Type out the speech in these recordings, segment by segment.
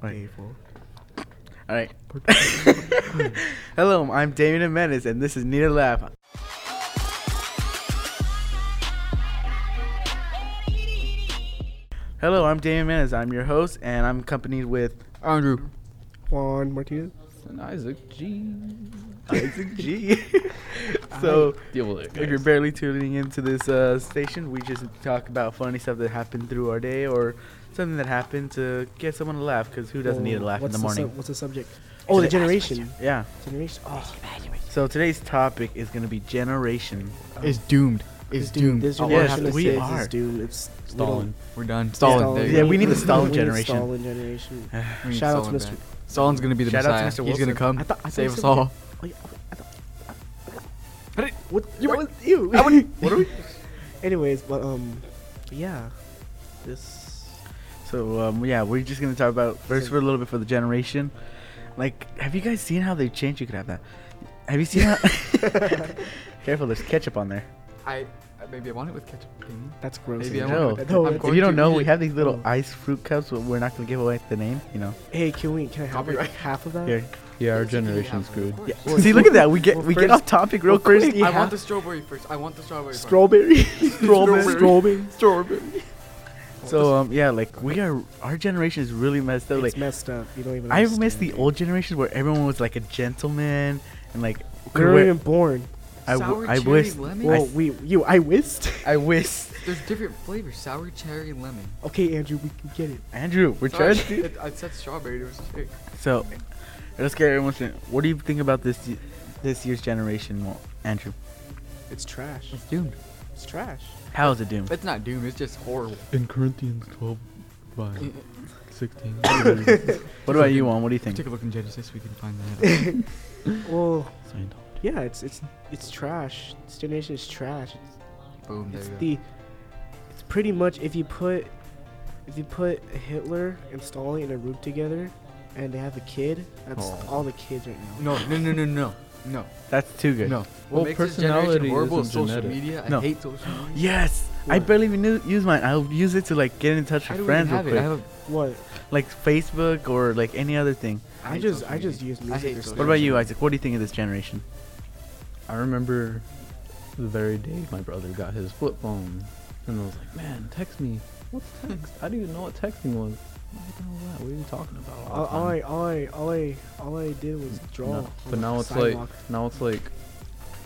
Right. All right. Hello, I'm Damien Jimenez, and this is Need a Laugh. Hello, I'm Damien Jimenez. I'm your host, and I'm accompanied with Andrew. Juan Martinez. And Isaac G. Isaac G. so, Deal with it. if you're barely tuning into this uh, station, we just talk about funny stuff that happened through our day or something that happened to get someone to laugh, because who doesn't need a laugh Oh, in what's the morning? sub- what's the subject? Oh, the generation. yeah. Generation. Oh, So, today's topic is going to be generation. Is doomed. this Is dude, doomed. this Oh, generation yes, is we is are. doomed. It's we don't- Stalin. We're done. Stalin. there you Yeah, go. we need the Stalin we need generation. Stalin generation. We need Shout out Stalin to back. Mr. Stalin's gonna be the Shout out to messiah. Mr. He's Wilson. gonna come I thought- I thought save he us said- all. Oh, yeah, okay, I thought- But it- What? that You were- was you. I wouldn't- what are we? Anyways, but um, yeah, this. So um, yeah, we're just gonna talk about first for a little bit for the generation. Like, have you guys seen how they changed? You could have that. Have you seen? how Careful, there's ketchup on there. I, I maybe I want it with ketchup. Damien. That's gross. Maybe I isn't it? know. want it. No, I'm if If going you don't to know, eat we it. have these little ice fruit cups. But we're not gonna give away the name, you know. Hey, can we? Can I have like Copyright. half of that? Here, Yeah, our Yes, you can generation's have it, good. of course. yeah. Well, See, look at that. We get well, we get first- off topic real well, first quick. eat I half- want the strawberry first. I want the strawberry first. Strawberry. Strawberry. Strawberry. Strawberry. So um, yeah, like we are our generation is really messed up. Like It's messed up. You don't even. I miss the understand. old generation where everyone was like a gentleman and like. We weren't even born. I, w- Sour I cherry wish. lemon? Well, we you. I whisked. I wish. There's different flavors. Sour cherry lemon. okay, Andrew, we can get it. Andrew, we're Sorry, trying to. it- I said strawberry. It was cherry. So, let's get everyone's opinion. What do you think about this y- this year's generation, Mo- Andrew? It's trash. It's doomed. It's trash. How is it doomed? It's not doomed. It's just horrible. In Corinthians 12, 5, 16. What about you, Juan? What do you think? Take a look in Genesis. We can find that. out. Well, yeah, it's it's it's trash. This generation is trash. It's, Boom. There it's you go. the it's pretty much if you put if you put Hitler and Stalin in a room together and they have a kid, that's Aw. all the kids right now. No, no, no, no, no, no, That's too good. no. What Well, makes this personality generation horrible is isn't social genetic. media. I No. hate social media. Yes, I What? barely even knew- use mine. I'll use it to like get in touch I with don't friends even real have it. quick, I have a. What? like Facebook or like any other thing. I, hate just social I just media. use I music. hate or social stuff. What There's about you, a- Isaac? What do you think of this generation? I remember the very day my brother got his flip phone, and I was like, "Man, text me. What's text? I didn't even know what texting was. What the hell was that? What are you talking about?" All, all the all time?" I all I all I all I did was draw. No, on But the now it's like sidewalk. now it's like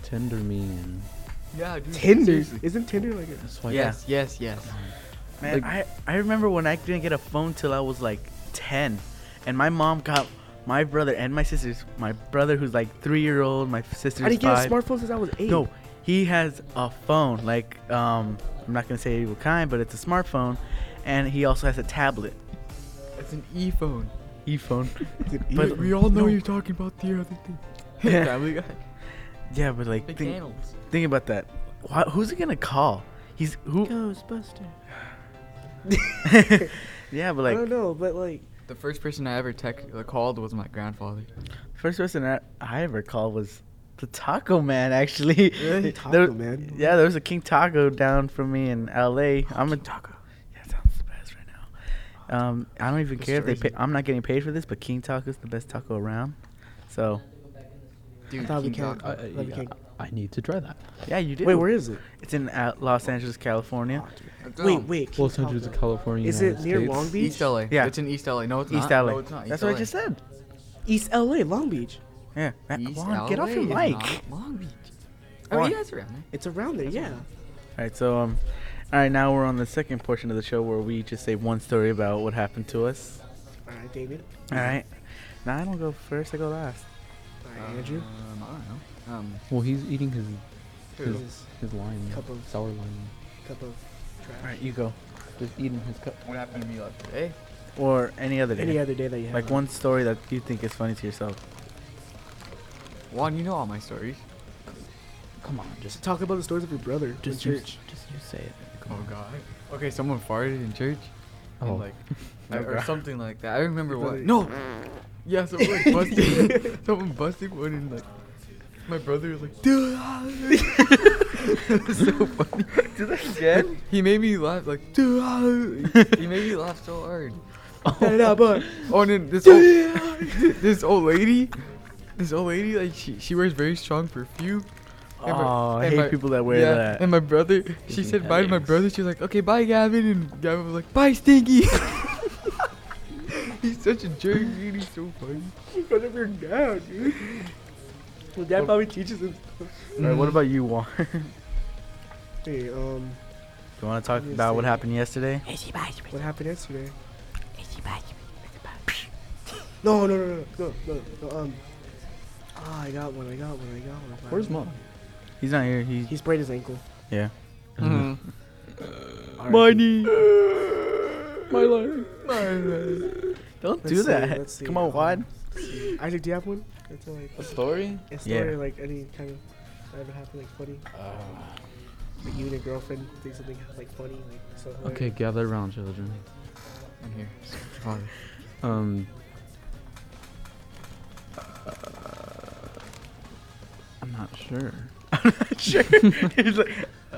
Tinder me and Yeah, dude. Tinder. seriously. Isn't Tinder like a swipe. Yeah. Yes, yes, yes. Man, Like- I, I remember when I didn't get a phone till I was like 10. And my mom got my brother and my sisters, my brother who's like three year old, my sister's I didn't get five. a smartphone since I was eight. No, he has a phone. Like, um, I'm not gonna say what kind, but it's a smartphone, and he also has a tablet, It's an e phone. e phone. But we all know you're talking about the other thing. Family Guy. yeah, but like, think, McDonald's. think about that. Why, who's he gonna call? He's who? Ghostbuster. I yeah, but like, don't know, but like The first person I ever tech uh, called was my grandfather. first person I, I ever called was the Taco Man. Actually, Really? There- Taco Man? Yeah, there was a King Taco down from me in L.A. I'm a taco. Yeah, it sounds the best right now. Um, I don't even Good care if they pay. stories. I'm not getting paid for this, but King Taco's the best taco around. So Dude, thought we King can't- I, Kong. I, Love I, King. I need to try that. yeah, you did. wait, where is it? Oh, It's in uh, Los Angeles, California. Wait, wait. King Los Angeles, Taco. California. Is United it near States. Long Beach? East LA. Yeah. It's in East LA. No, it's East not. LA. No, it's not. That's East what I LA. just said. East LA, Long Beach. Yeah. Matt, East Juan, get off your LA is mic. not Long Beach. Oh, Juan. you guys are around It's around there, yeah. All right, so um, all right, now we're on the second portion of the show where we just say one story about what happened to us. All right, David. All right. Now I don't go first; I go last. All there. right, Andrew. Um, I don't know. Um, Well, he's eating his Here's his, his lime, Cup of- sour lime. a cup of All trash. right, you go. Just eating his cup. what happened to me like today? Or any other day. Any other day that you have. like one story that you think is funny to yourself. Juan, you know all my stories. Come on, just Talk about the stories of your brother just in you, church. just you say it. Come Oh on. God. Okay, someone farted in church. and, Oh. Like, I- or God. something like that. I remember what. Brother- No. Yeah, someone like, busted. someone busted one and like. My brother was like, dude. ah." It was so funny. Do that Like, he made me laugh like, dude. ah." He made me laugh so hard. Oh, and then this old, this old lady, this old lady, like she, she wears very strong perfume. Oh, And my- I and hate my- people that wear that. And my brother, she Freaking said bye to my headaches. brother. She was like, okay, bye, Gavin. And Gavin was like, bye, Stinky. he's such a jerk, dude. He's so funny. Because of your dad, dude. Well, dad probably teaches him. All right, what about you, Juan? Hey, um, You want to talk Let me about what see. happened yesterday? what happened yesterday? E No, no, no, no, no, no, no um. Ah, I got one, I got one, I got one. Where's mom? He's not here. He, He sprained his ankle. yeah. Mm-hmm. Uh, Alright, My life. Don't let's do see, that. let's see, Come on, um, Juan. Isaac, do you have one? It's like A story? a story, Yeah. like any kind of that ever happened, like funny. Like you and your girlfriend did something like funny, like so. hilarious. Okay, gather around, children. I'm here. Father. Um. Uh, I'm not sure.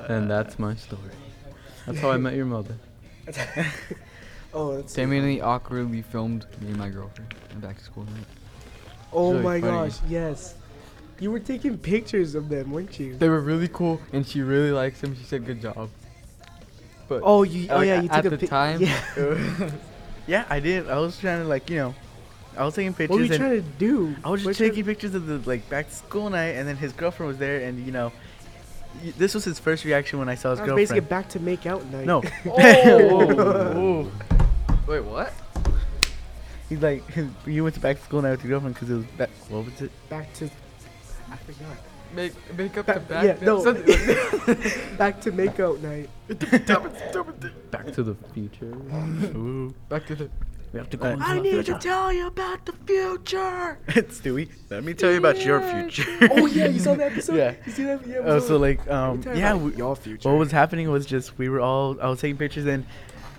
and that's my story. uh, That's how I met your mother. Oh, that's. Seemingly awkwardly filmed me and my girlfriend. I'm back to school night. Oh really my funny. gosh, yes. You were taking pictures of them, weren't you? They were really cool, and she really likes him. She said, "Good job." But Oh, you. Oh Like, yeah, you took at a the pic- time, Yeah. Yeah, I did. I was trying to like you know, I was taking pictures. What were you and trying to do? I was just What you- taking pictures of the like back to school night, and then his girlfriend was there, and you know, y- this was his first reaction when I saw his I was basically girlfriend. back to make out night. No, Oh. wait, what? he's like, you went to back to school night with your girlfriend because it was back. What was it? Back to. I forgot. Make make up the Back, back. Uh, yeah, down- no. something like that. back to make out night. Back to the future. Ooh. back to the. We have to go I need to tell you about the future. it's Stewie. Let me tell you about your future. oh yeah, you saw that episode. Yeah. You see that? Yeah. Oh, so like, um, talking yeah. about We, your future. what was happening was just we were all. I was taking pictures, and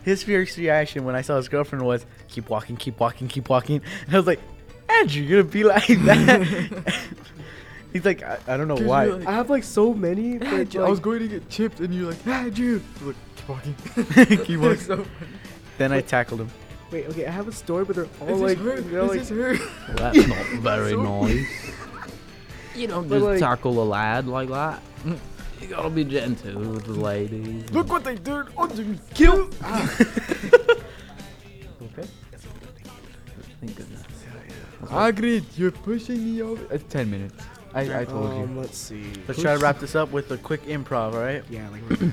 his first reaction when I saw his girlfriend was, "Keep walking, keep walking, keep walking." And I was like, "Andrew, you're gonna be like that." He's like, I, I don't know Dude, why. you're like, I have like so many. But, "Andrew," I like- was going to get chipped, and you're like, "Ah, Drew." I'm Like, keep walking. Keep walking. It's Oh, so- Then I tackled him. wait, okay, I have a story, but they're all this like, is her. they're all, like, This is her. That's not very So- nice. You don't But just like- tackle a lad like that. You gotta be gentle with the ladies. Look what they did. Ah. Oh, dude, kill. Okay. Thank goodness. Agreed. You're pushing me over. It's ten minutes. I I told you. um, let's see. Let's try to wrap this up with a quick improv. All right. Yeah, like. we're-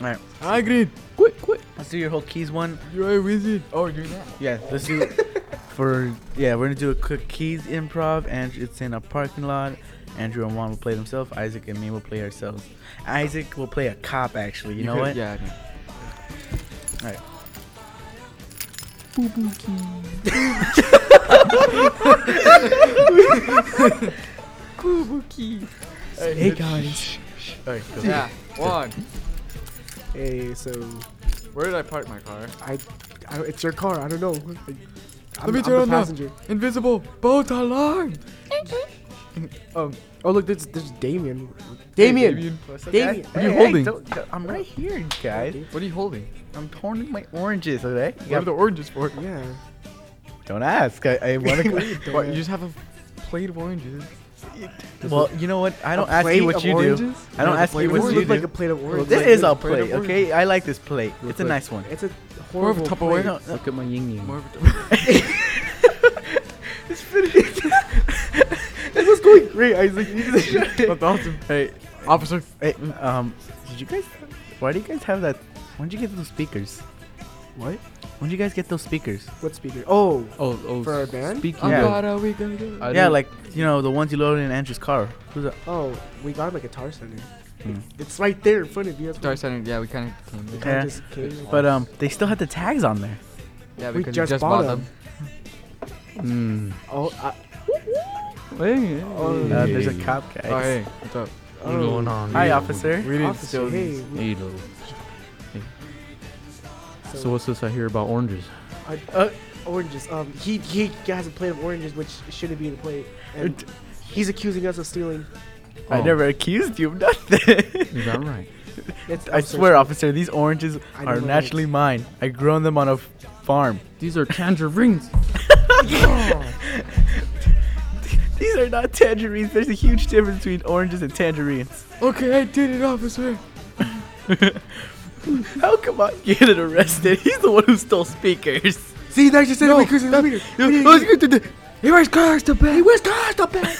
All right. Agreed. Quick, quick. Let's do your whole keys one. You're a wizard. Oh, you're not. Yeah. Let's do for yeah. We're gonna do a quick keys improv, and it's in a parking lot. Andrew and Juan will play themselves. Isaac and me will play ourselves. Isaac will play a cop. Actually, you, know could- what? Yeah. I know. hey guys. Alright, go. Yeah. One. Hey, so Where did I park my car? I, it's your car. I don't know. Like, I'm, me I'm turn the on the- passenger. Invisible boat alarm. Um. Oh look, there's there's Damien. Damien. Damien. Guys, What are you hey, hey, holding? don't- don't- I'm right here, guys. What are you holding? I'm holding my oranges, okay? You What are got- the oranges for? Yeah. Don't ask. I, I want to. What, you just have a plate of oranges. well, you know what? I don't A ask plate you what of you do. oranges? I don't Yeah, ask the It you plate what you of looked oranges. do. like a plate of oranges. this is a plate of plate, oranges. okay? I like this plate. It's a like- nice one. It's a More of a horrible. Tupperware. plate. No, Look at my ying More ying. of a This was going great, Isaac. That's awesome. Hey, Officer. hey, um, did you guys? Why do you guys have that? When did you get those speakers? what? When did you guys get those speakers? What speaker? Oh, Oh, oh. For our band? Speaking I'm Yeah. glad uh, we gonna do it. I yeah, don't- like you know the ones you loaded in Andrew's car. Who's that? oh, we got him a guitar center. Hmm. It's right there in front of you. That's Star what Center. Yeah, we kind of came. we in. kinda Yeah. just came. But um, they still had the tags on there. Yeah, we because just bought of. Mm. oh, I, Hey, Oh, Uh, there's a hey. cop guy. Oh, hey, what's up? What's going on? Hi, here? officer. We didn't Officer, steal hey, these. we- Hey, little- so, So what's this I hear about oranges? I- Uh, oranges. Um, he he has a plate of oranges which shouldn't be in the plate, and he's accusing us of stealing. I Oh. never accused you of nothing. Is that right? It's, I I'm so swear, sorry. officer, these oranges I are never- naturally mine. I grown them on a f- farm. These are tangerines. These are not tangerines. There's a huge difference between oranges and tangerines. Okay, I did it, officer. How come I get arrested? He's the one who stole speakers. See, that's just no, because it's weird. He wears cars to bed. He wears cars to bed.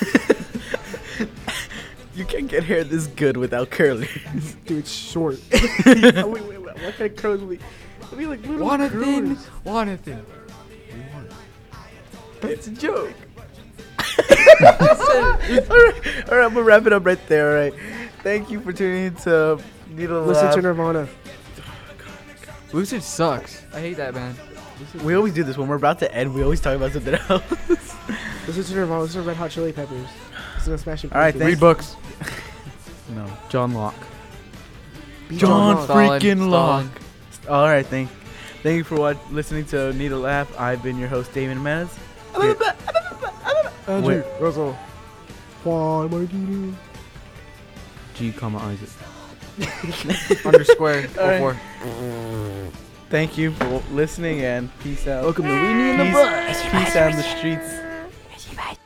You can't get hair this good without curlers. Dude, it's short. wait, wait, wait, what kind of curls we? I mean, like little Want a thin? curls. Want a thin? That's a joke. all right, all right, I'm gonna wrap it up right there. All right, thank you for tuning in to Needle Listen to Lab. Nirvana. Lucid sucks. I hate that man. We always do this when we're about to end. We always talk about something else. Listen to Nirvana. Listen to Red Hot Chili Peppers. Listen to Smashing All right, Pumpkins. thanks. Read books. No. John Locke. Beat John Locke. Stalin, freaking Stalin. Locke. All right, thank, thank you for watch, listening to Needle Lab. I've been your host, Damon Menes. Andrew Wait. Russell. Why am I doing G, comma Isaac. Undersquare. right. Before. Thank you for listening and peace out. Welcome to Weenie and the Peace, peace out in the streets. Bye.